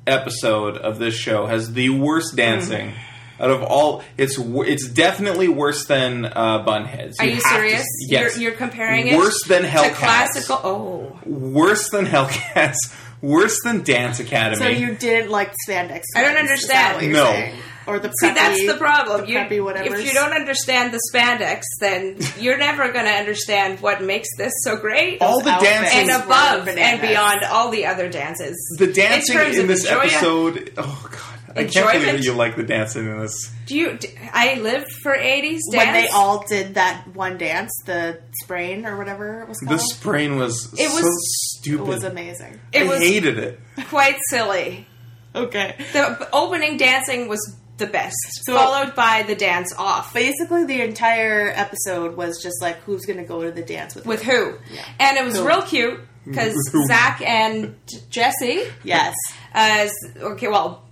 episode of this show has the worst dancing Out of all, it's w- it's definitely worse than uh, Bunheads. Are you have to- serious? yes. You're, you're comparing it worse than Hellcats. to classical. Oh, Worse than Hellcats. Worse than Dance Academy. So you didn't like spandex. I don't ones, is understand. that what you're No. saying? Or the preppy, see, that's the problem. The you, preppy whatever. if you don't understand the spandex, then you're never going to understand what makes this so great. all the outfits dances and were above and bananas. beyond all the other dances. the dancing in, terms of this enjoy- episode. Oh god, I can't Enjoyment. believe that you like the dancing in this. Do you? d I I live for '80s dance. when they all did that one dance, the sprain or whatever it was called. The sprain was It was- so it stupid. was amazing. it I was hated it. quite silly. Okay. The b- opening dancing was the best, So- followed by the dance off. Basically, the entire episode was just like who's going to go to the dance with with who. who? And it was Who? real cute because Who? Zach and Jesse, Yes. as okay, well,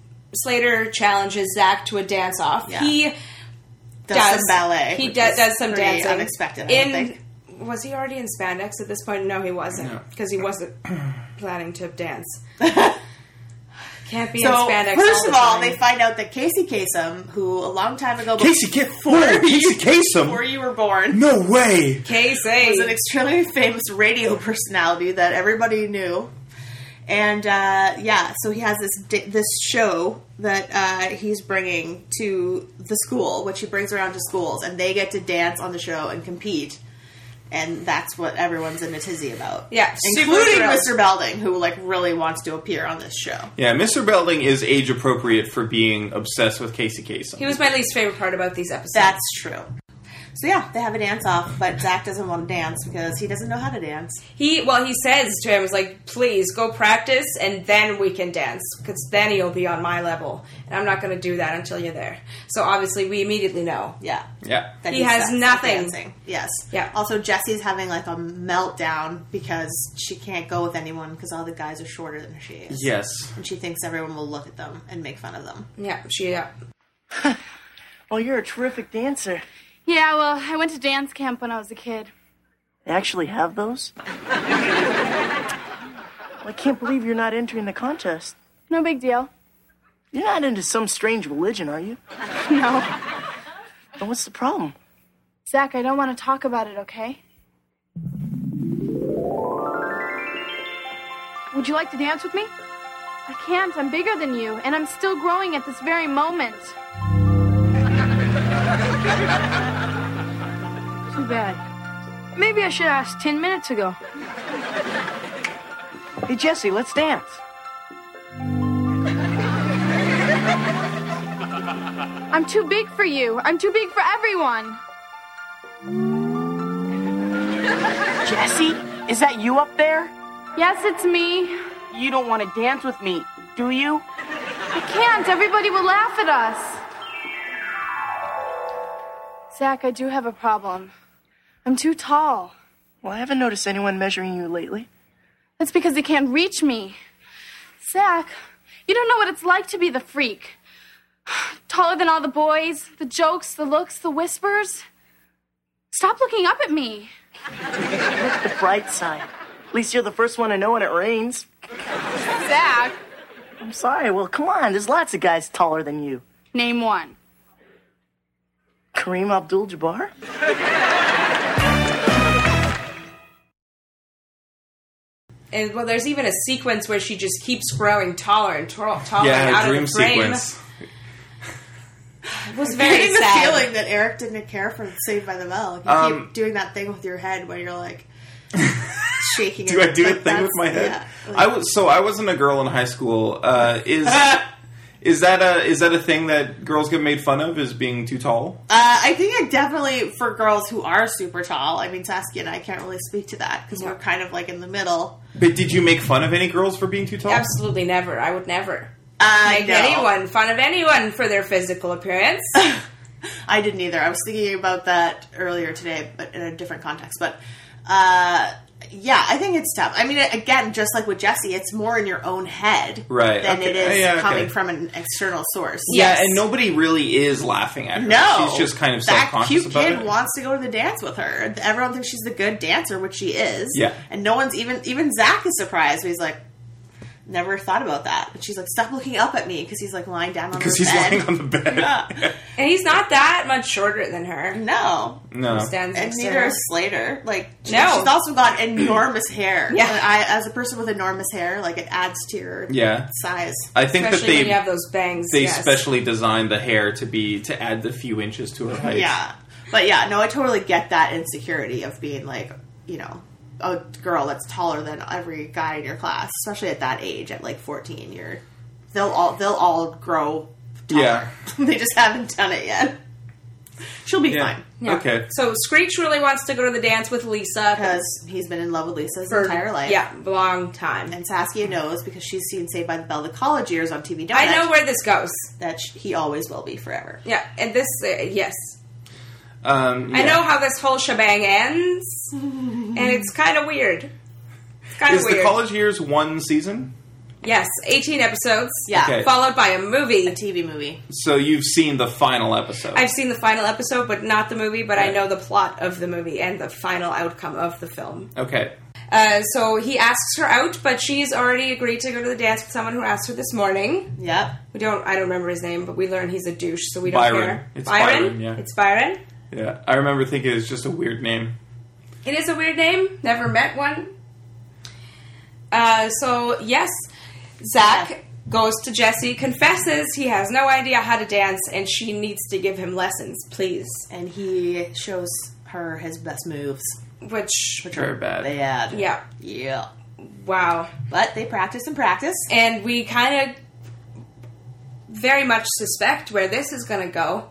Slater challenges Zach to a dance off. Yeah. He Does, some ballet. He which does, is does some pretty dancing. Unexpected. I in don't think. was he already in spandex at this point? No, he wasn't because he wasn't planning to dance. Can't be in So spandex. first all of the all, time. they find out that Casey Kasem, who a long time ago, Casey K- no, Casey before Kasem. you were born, No way. was an Casey. extremely famous radio personality that everybody knew. And uh, yeah, so he has this di- this show that uh, he's bringing to the school, which he brings around to schools, and they get to dance on the show and compete. And that's what everyone's in a tizzy about. Yeah, super including thrilled. Mr. Belding, who like really wants to appear on this show. Yeah, Mr. Belding is age appropriate for being obsessed with Casey Kasem. He was my least favorite part about these episodes. That's true. So yeah, they have a dance off, but Zach doesn't want to dance because he doesn't know how to dance. He well, he says to him, "Is like, please go practice, and then we can dance, because then you'll be on my level, and I'm not going to do that until you're there." So obviously, we immediately know. Yeah. yeah. that He has sucks at nothing. dancing. Yes. Yeah. Also, Jesse's having like a meltdown because she can't go with anyone because all the guys are shorter than she is. Yes. And she thinks everyone will look at them and make fun of them. Yeah, she. Yeah. Oh, you're a terrific dancer. Yeah, well, Uh, I went to dance camp when I was a kid. They actually have those? Well, I can't believe you're not entering the contest. No big deal. You're not into some strange religion, are you? No. But what's the problem? Zach, I don't want to talk about it, okay? Would you like to dance with me? I can't. I'm bigger than you, and I'm still growing at this very moment. Too bad. Maybe I should ask 10 minutes ago. Hey, Jesse, let's dance. I'm too big for you. I'm too big for everyone. Jesse, is that you up there? Yes, it's me. You don't want to dance with me, do you? I can't. Everybody will laugh at us. Zach, I do have a problem. I'm too tall. Well, I haven't noticed anyone measuring you lately. That's because they can't reach me. Zach, you don't know what it's like to be the freak. Taller than all the boys, the jokes, the looks, the whispers. Stop looking up at me. The bright side. At least you're the first one to know when it rains. Zach, I'm sorry. Well, come on. There's lots of guys taller than you. name one. Kareem Abdul-Jabbar? And well, there's even a sequence where she just keeps growing taller and tall, taller and Yeah, out a dream of the frame. sequence. It was I'm very getting the sad. feeling that Eric didn't care for Saved by the Bell. You Um, keep doing that thing with your head where you're like shaking. Do I it. do a Like, thing that's- with my head? yeah, Uh, like- I was so I wasn't a girl in high school. Uh, is is that a is that a thing that girls get made fun of? Is being too tall? Uh, I think it definitely for girls who are super tall. I mean, Saskia and I can't really speak to that because we're kind of like in the middle. But did you make fun of any girls for being too tall? Absolutely never. I would never I make know. anyone fun of anyone for their physical appearance. I didn't either. I was thinking about that earlier today, but in a different context. But uh, yeah, I think it's tough. I mean, again, just like with Jesse, it's more in your own head Right, than okay. it is Yeah, okay. coming from an external source. Yeah, and nobody really is laughing at her. No, she's just kind of self that conscious cute about kid it. wants to go to the dance with her. Everyone thinks she's the good dancer, which she is. Yeah. and no one's even even Zach is surprised. He's like, Never thought about that. But she's like, stop looking up at me because he's like lying down on her Because he's bed. lying on the bed. Yeah. And he's not that much shorter than her. no, No. Stands and next to neither her. is Slater. Like, she, No. she's also got enormous hair. Yeah. and I, as a person with enormous hair, like it adds to your Yeah. size. I think Especially when you that have they those bangs. they yes. specially designed the hair to be to add the few inches to her height. Yeah, but yeah, no, I totally get that insecurity of being like, you know, a girl that's taller than every guy in your class, especially at that age, at like fourteen. You're they'll all they'll all grow. Taller. Yeah. they just haven't done it yet. She'll be Yeah. fine Yeah. Okay. So Screech really wants to go to the dance with Lisa because he's been in love with Lisa his for- entire life. Yeah, long time. And Saskia knows because she's seen Saved by the Bell the college years on TV. I Donut, know where this goes. that sh- he always will be forever. Yeah, and this uh, yes. Um, I yeah. know how this whole shebang ends, and it's kind of weird. It's kind of Is weird. the college years one season? yes, eighteen episodes. Yeah. Okay. followed by a movie. TV movie. So you've seen the final episode. I've seen the final episode, but not the movie. But I know the plot of the movie and the final outcome of the film. okay. Uh, so he asks her out, but she's already agreed to go to the dance with someone who asked her this morning. Yep. We don't. I don't remember his name, but we learn he's a douche, so we don't Byron. care. It's Byron, yeah. It's Byron. Yeah. I remember thinking it was just a weird name. It is a weird name. Never met one. Uh, so yes, Zach goes to Jesse, confesses he has no idea how to dance, and she needs to give him lessons, please. And he shows her his best moves, Which, which Very are bad. bad. yeah, Yeah. wow. But they practice and practice. And we kind of very much suspect where this is going to go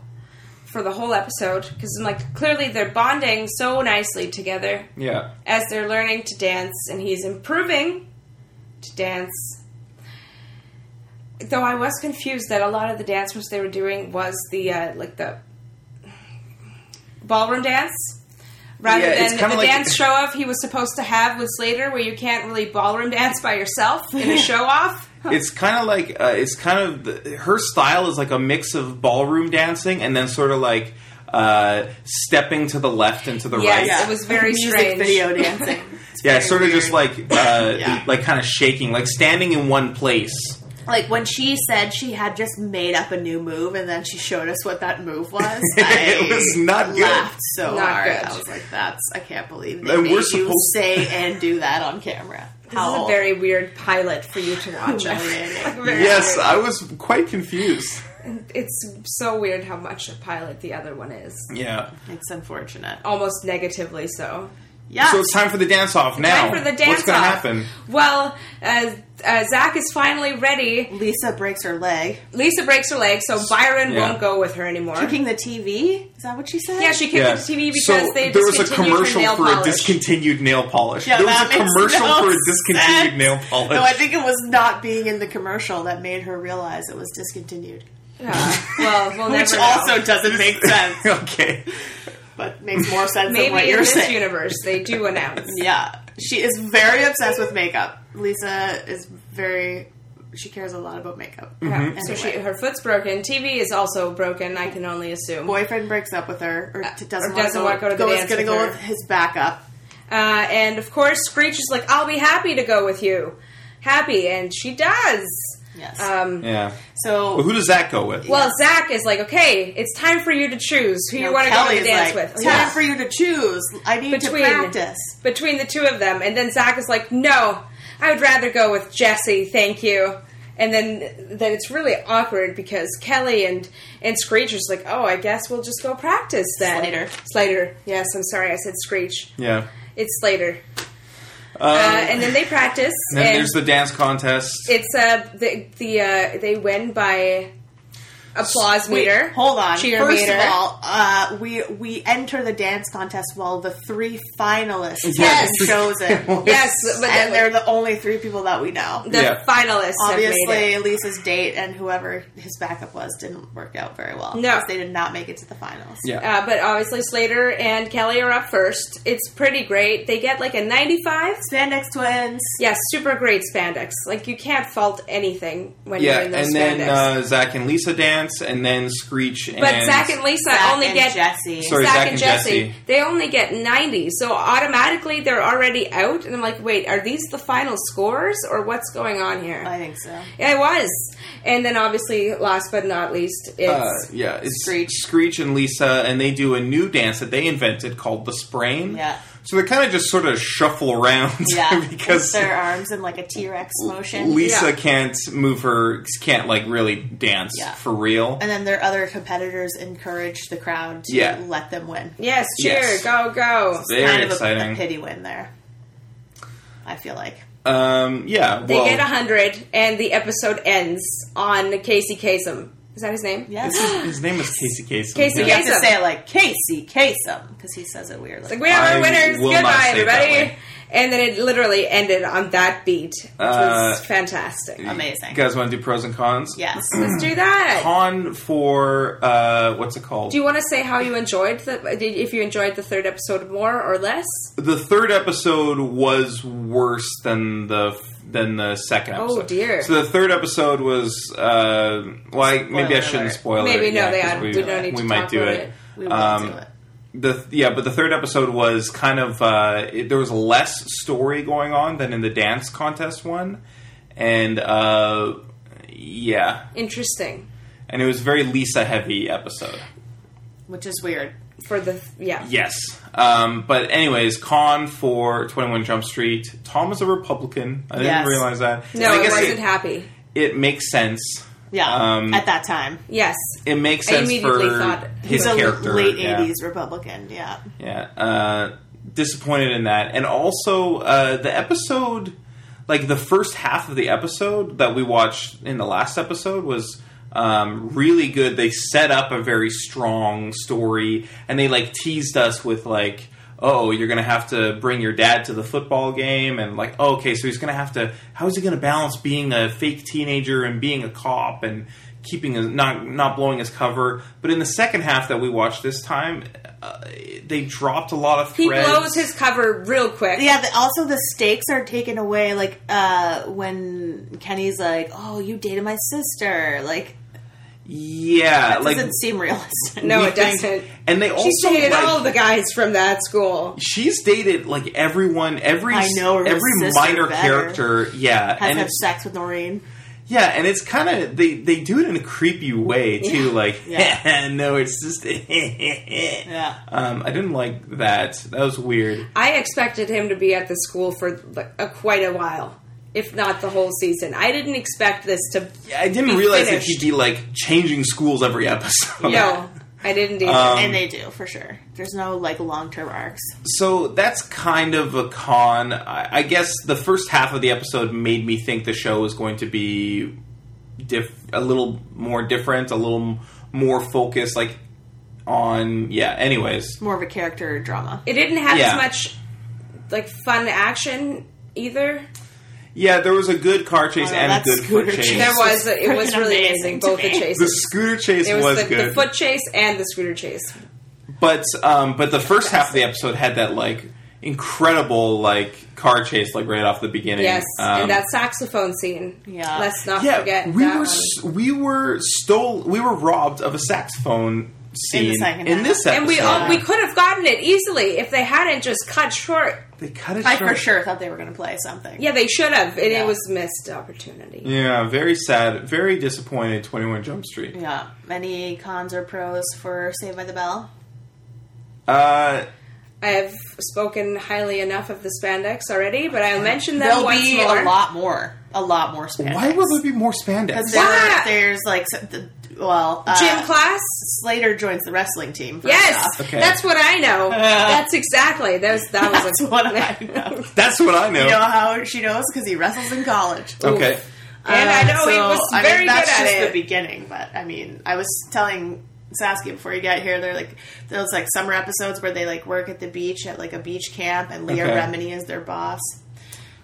for the whole episode because I'm like clearly they're bonding so nicely together Yeah. as they're learning to dance and he's improving to dance. Though I was confused that a lot of the dance moves they were doing was the uh, like the ballroom dance rather Yeah, it's than kinda the like- dance show off he was supposed to have with Slater where you can't really ballroom dance by yourself in a show off. It's kind of like uh, it's kind of the, her style is like a mix of ballroom dancing and then sort of like uh, stepping to the left and to the Yes, right. it was very Music strange. video dancing. yeah, sort of just like uh, Yeah. like kind of shaking, like standing in one place. like when she said she had just made up a new move and then she showed us what that move was. I It was not good. laughed so Not hard. good. I was like, that's, I can't believe they And made we're you supposed- say and do that on camera. This is a very weird pilot for you to watch. humiliating. Very Yes, weird. I was quite confused. it's so weird how much a pilot the other one is. Yeah. It's unfortunate. Almost negatively so. Yeah. So it's time for the dance off now. Time for the dance What's gonna off. happen? Well, uh, uh, Zach is finally ready. Lisa breaks her leg. Lisa breaks her leg, so Byron Yeah. won't go with her anymore. Kicking the TV? Is that what she said? yeah, she kicked Yeah. the TV because so they there was a discontinued her commercial nail for polish. a discontinued nail polish. Yeah, there was that a makes commercial no for a discontinued nail sense. polish. No, I think it was not being in the commercial that made her realize it was discontinued. Yeah. Well, we'll Which never know. also doesn't make sense, okay. but makes more sense than maybe what in you're this saying. universe they do announce. Yeah. She is very obsessed with makeup. Lisa is very. She cares a lot about makeup. Yeah. Mm-hmm. So she, her foot's broken. TV is also broken. I can only assume. Boyfriend breaks up with her, or t- doesn't, Uh, or wanna doesn't wanna go to the goes- dance gonna with go her. with his backup. Uh, and of course, Screech is like, "I'll be happy to go with you, happy," and she does. Yes. Um, Yeah. so But who does that go with? Well, Zach is like, "Okay, it's time for you to choose who you want to go to the Kelly's dance like, with." Time Yeah. for you to choose. I need Between- to practice. between the two of them. And then Zach is like, no, I would rather go with Jesse, thank you. And then then it's really awkward because Kelly and and Screech is like, oh, I guess we'll just go practice then. Slater. Slater. Yes, I'm sorry, I said Screech. yeah. It's Slater. Um, Uh, and then they practice. then and there's the dance contest. it's uh the the uh, they win by applause Wait, meter. hold on. cheer First meter. of all, uh, we we enter the dance contest while the three finalists Yes. have been chosen, yes, but then and they're the only three people that we know. the Yeah. finalists have made it. Obviously, Lisa's date and whoever his backup was didn't work out very well. No. 'cause they did not make it to the finals. yeah. Uh, but obviously Slater and Kelly are up first. It's pretty great. They get like a 95. Spandex twins. Yeah, super great spandex. Like you can't fault anything when yeah, you're in those and then spandex. uh, Zach and Lisa Lance and then Screech and. But Zach and Lisa Zach only and get Jesse. Sorry, Zach, Zack and and Jesse. Jesse. They only get ninety, so automatically they're already out. And I'm like, wait, are these the final scores or what's going on here? I think so. Yeah, it was. And then obviously, last but not least, it's Uh, yeah, it's Screech. Screech. and Lisa, and they do a new dance that they invented called the sprain. Yeah. So they kind of just sort of shuffle around Yeah, because with their arms in like a T Rex motion. Lisa Yeah. can't move her, can't like really dance Yeah. for real. and then their other competitors encourage the crowd to Yeah. let them win. yes, cheer, Yes. go, go. Very kind of a- A, exciting. pity win there. I feel like um, yeah, They well, get a hundred, and the episode ends on Casey Kasem. Is that his name? yes. this is- his name is Casey Kasem. Casey yeah. You have to Kasem. say it like Casey Kasem because he says it weirdly. Like we have our I winners. will not Goodbye, say it that everybody. way. And then it literally ended on that beat, which Uh, was fantastic. amazing. You guys want to do pros and cons? yes. Um, Let's do that. Con for uh, what's it called? Do you want to say how you enjoyed the? did- If you enjoyed the third episode more or less? the third episode was worse than the than the second Oh, episode. dear. So the third episode was uh well I, maybe I Spoiler shouldn't alert. spoil Maybe it. no, yeah, they 'cause are- we, we don't need we to might talk do about it. it. we will um, do it. The yeah, but the third episode was kind of uh it, there was less story going on than in the dance contest one. And uh yeah. Interesting And it was very Lisa heavy episode. Which is weird. for the yeah. Yes. Um, but anyways, con for 21 Jump Street. Tom is a Republican. I didn't Yes. realize that. And No, I I guess wasn't it, happy. it makes sense. Yeah. Um, at that time. Yes, It makes I sense immediately for thought his He's a character. late yeah. 80s Republican, yeah. Yeah. Uh, disappointed in that. And also, uh, the episode, like the first half of the episode that we watched in the last episode was um, really good. They set up a very strong story and they like teased us with like, oh, you're going to have to bring your dad to the football game. And like, oh, okay, so he's going to have to, how is he going to balance being a fake teenager and being a cop and keeping his, not not blowing his cover but in the second half that we watched this time uh, they dropped a lot of he threads blows his cover real quick. Yeah, the, also the stakes are taken away. Like uh, when Kenny's like, "Oh, you dated my sister." Like yeah that like doesn't seem realistic. No, we it think- doesn't. and they She also dated like, all the guys from that school. she's dated like everyone every I know her every sister minor better. character yeah has and had it's sex with Noreen. yeah and it's kind of they they do it in a creepy way too like Yeah. no it's just yeah um i didn't like that that was weird I expected him to be at the school for like, a, quite a while, if not the whole season. I didn't expect this to. i didn't Be realize that finished. he'd be like changing schools every episode No, I didn't either. Um, and they do for sure. There's no like long term arcs. so that's kind of a con. I, I guess the first half of the episode made me think the show was going to be diff, a little more different, a little m- more focused, like on yeah. Anyways, More of a character drama. it didn't have yeah. as much like fun action either. yeah, there was a good car chase Oh, and a that's good foot Scooter chase. Chase. There was it was freaking really amazing. amazing to Both the me. the chases. scooter chase There was, was, the, good, the foot chase and the scooter chase. but um, but the first half of the episode had that like incredible like car chase like right off the beginning. Yes, Um, and that saxophone scene. Yeah. let's not yeah, forget. we that were one. s we were stole we were robbed of a saxophone scene second half. this episode. and we all, we could have gotten it easily if they hadn't just cut short. they cut it I short. for sure thought they were going to play something. Yeah, they should have, and Yeah. it was missed opportunity. Yeah, very sad, very disappointed. Twenty One Jump Street. Yeah. Any cons or pros for Saved by the Bell? Uh, I have spoken highly enough of the spandex already, but I'll mention them There'll once be more. a lot more. A lot more spandex. why will there be more spandex? Because there- Why? there's like s- the, well, uh, Gym class? Slater joins the wrestling team. first Yes, off. Okay. that's what I know. that's exactly. That was that that's was a, what I know. That's what I know. you know how she knows because he wrestles in college. okay, and I know he was Uh, I mean, very that's good just at it. the beginning, but I mean, I was telling Saskia before you got here, they're like those like summer episodes where they like work at the beach at like a beach camp, and Leah Okay. Remini is their boss.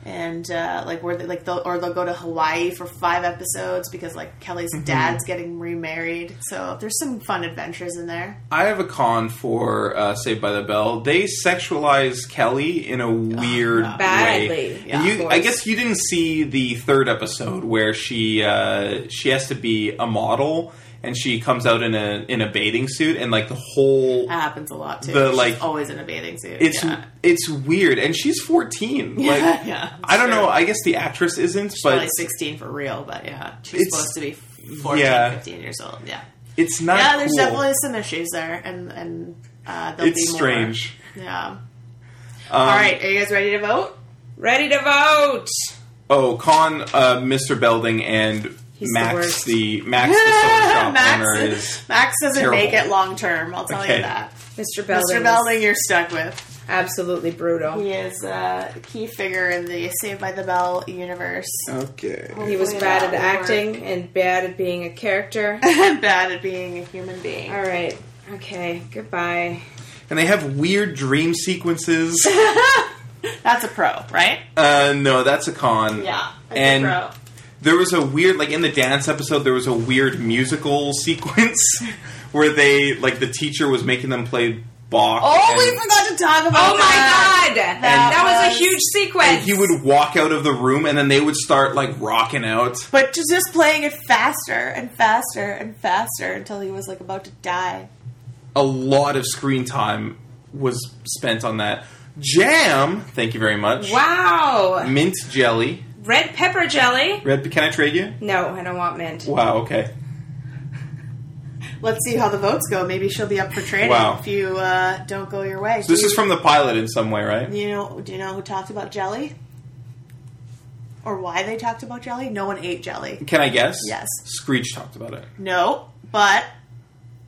And uh, like where they like they'll or they'll go to Hawaii for five episodes because like Kelly's Mm-hmm. dad's getting remarried, so there's some fun adventures in there. I have a con for uh, Saved by the Bell. They sexualize Kelly in a weird way. Badly, yeah, and of you, course. I guess you didn't see the third episode where she uh, she has to be a model and she comes out in a in a bathing suit, and like the whole That happens a lot too. The, She's like- always in a bathing suit. it's Uh, yeah. it's weird, and she's fourteen. Like yeah, I don't sure. know. I guess the actress isn't, probably but 16 for real, but yeah, she's It's- supposed to be 14, yeah. 15 years old. Yeah, it's not. yeah. There's cool. definitely some issues there, and and uh, there'll It's be more. strange. Yeah. Um, All right, are you guys ready to vote? Ready to vote. Oh, con uh, Mr. Belding and He's the Max worst. the, Max the soda shop owner Max, is Max doesn't terrible. make it long term. I'll tell Okay. you that. Mr. Belding. Mr. is Belding, you're stuck with. Absolutely brutal. He is uh, a key figure in the Saved by the Bell universe. Oh. okay. He was Hopefully bad that at will acting and bad at being a character. work. bad at being a human being. All right. Okay. Goodbye. And they have weird dream sequences. That's a pro, right? uh, no, that's a con. Yeah, that's and a pro. there was a weird like in the dance episode there was a weird musical sequence where they like the teacher was making them play Bach. Oh, and- we forgot to talk about. Oh my that. god! That, was, was- a huge and sequence. he would walk out of the room and then they would start like rocking out. But just just playing it faster and faster and faster until he was like about to die. a lot of screen time was spent on that. Jam, thank you very much. wow. Mint jelly. Red pepper jelly. Red, can I trade you? No, I don't want mint. Wow, okay. Let's see how the votes go. Maybe she'll be up for trading Wow. if you uh, don't go your way. This Do is from the pilot in some way, right? you know. Do you know who talked about jelly? Or why they talked about jelly? No one ate jelly. Can I guess? Yes. Screech talked about it. No, but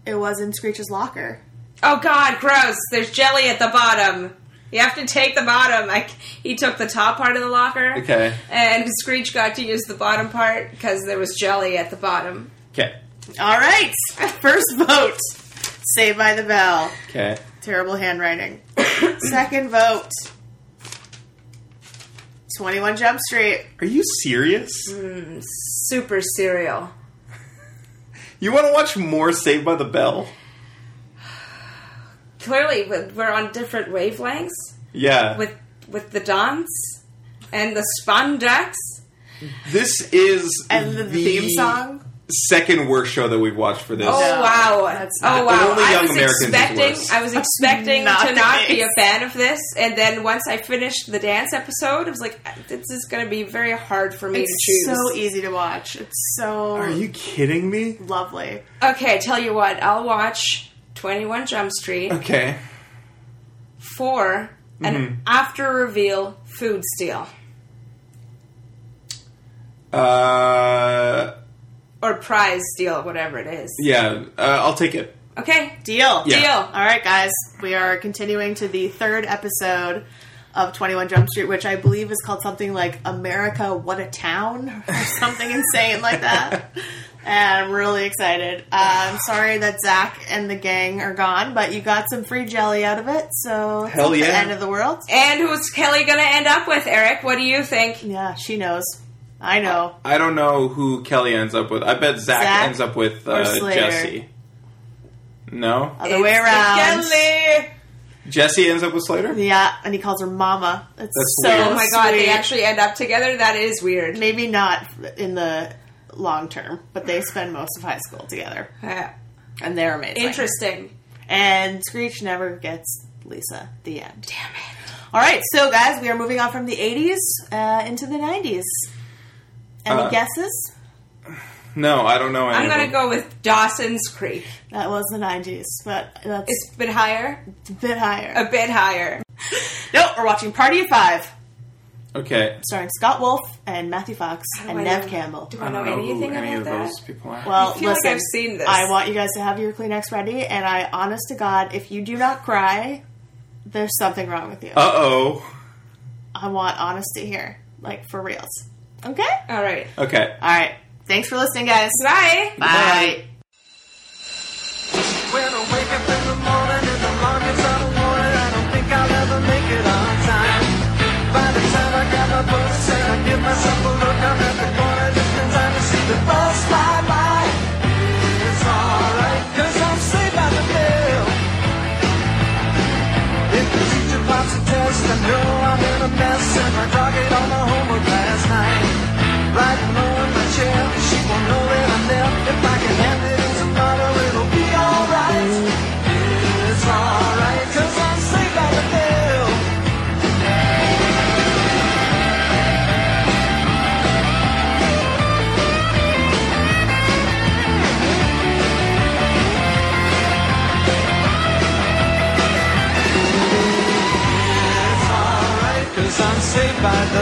it was in Screech's locker. Oh god, gross. There's jelly at the bottom. You have to take the bottom. Like he took the top part of the locker. Okay. And Screech got to use the bottom part because there was jelly at the bottom. Okay. All right, first vote. Saved by the Bell. Okay. Terrible handwriting. Second vote. 21 Jump Street. Are you serious? Super cereal. You want to watch more Saved by the Bell? Clearly, we- we're on different wavelengths Yeah. with with the Dons and the Spandex. this is And the, theme song. Second worst show that we've watched for this. Oh No, wow! that's Oh not- wow! Uh, Only I Young was Americans is expecting worse. I was expecting Not to the not be case. a fan of this, and then once I finished the dance episode, I was like, "This is going to be very hard for me It's to choose." so e- easy to watch. It's so Are you kidding me? lovely. okay, tell you what, I'll watch Twenty One Jump Street Okay. for Mm-hmm. an after reveal food steal Uh, or prize steal, whatever it is. yeah, uh, I'll take it. Okay, Deal. Yeah. deal. All right, guys. We are continuing to the third episode of 21 Jump Street, which I believe is called something like America What a Town or something insane like that. And I'm really excited. Uh, I'm sorry that Zach and the gang are gone, but you got some free jelly out of it, so it's Hell not the yeah. end of the world. And who's Kelly going to end up with, Eric? What do you think? Yeah, she knows. I know. I don't know who Kelly ends up with. I bet Zach, Zach ends up with or uh, Slater? Jesse. No, Other way It's the around. Kelly. Jesse ends up with Slater. Yeah, and he calls her mama. It's That's so weird. Oh my god, sweet. they actually end up together. That is weird. maybe not in the long term, but they spend most of high school together, Uh, and they're amazing. interesting. And Screech never gets Lisa. The end. Damn it! All right, so guys, we are moving on from the '80s uh, into the '90s. Any Uh, guesses? No, I don't know. Any I'm of gonna them. go with Dawson's Creek. That was the '90s, but that's It's a bit higher, a bit higher. a bit higher. nope, we're watching Party of Five, Okay, starring Scott Wolf and Matthew Fox and I Nev know- Campbell. Do I I don't know, know who anything any about of that? those people are. Well, I feel like listen, I've seen this. I want you guys to have your Kleenex ready, and I, honest to God, if you do not cry, there's something wrong with you. uh oh. I want honesty here, like for reals. Okay? All All right, Okay. right. Thanks for listening, guys. bye. Bye. When I wake up in the morning and the rockets out of warning, I don't think I'll ever make it on time. By the time I grab my books and I give myself a look, I'm at the corner just in time to see the bus fly by. It's alright, cause I'm saved by the bell. If the teacher pops a test, I know I'm in a mess, and I drug it on my homework last night. Riding low in my chair, she won't know that I'm there if I can hand it in some by the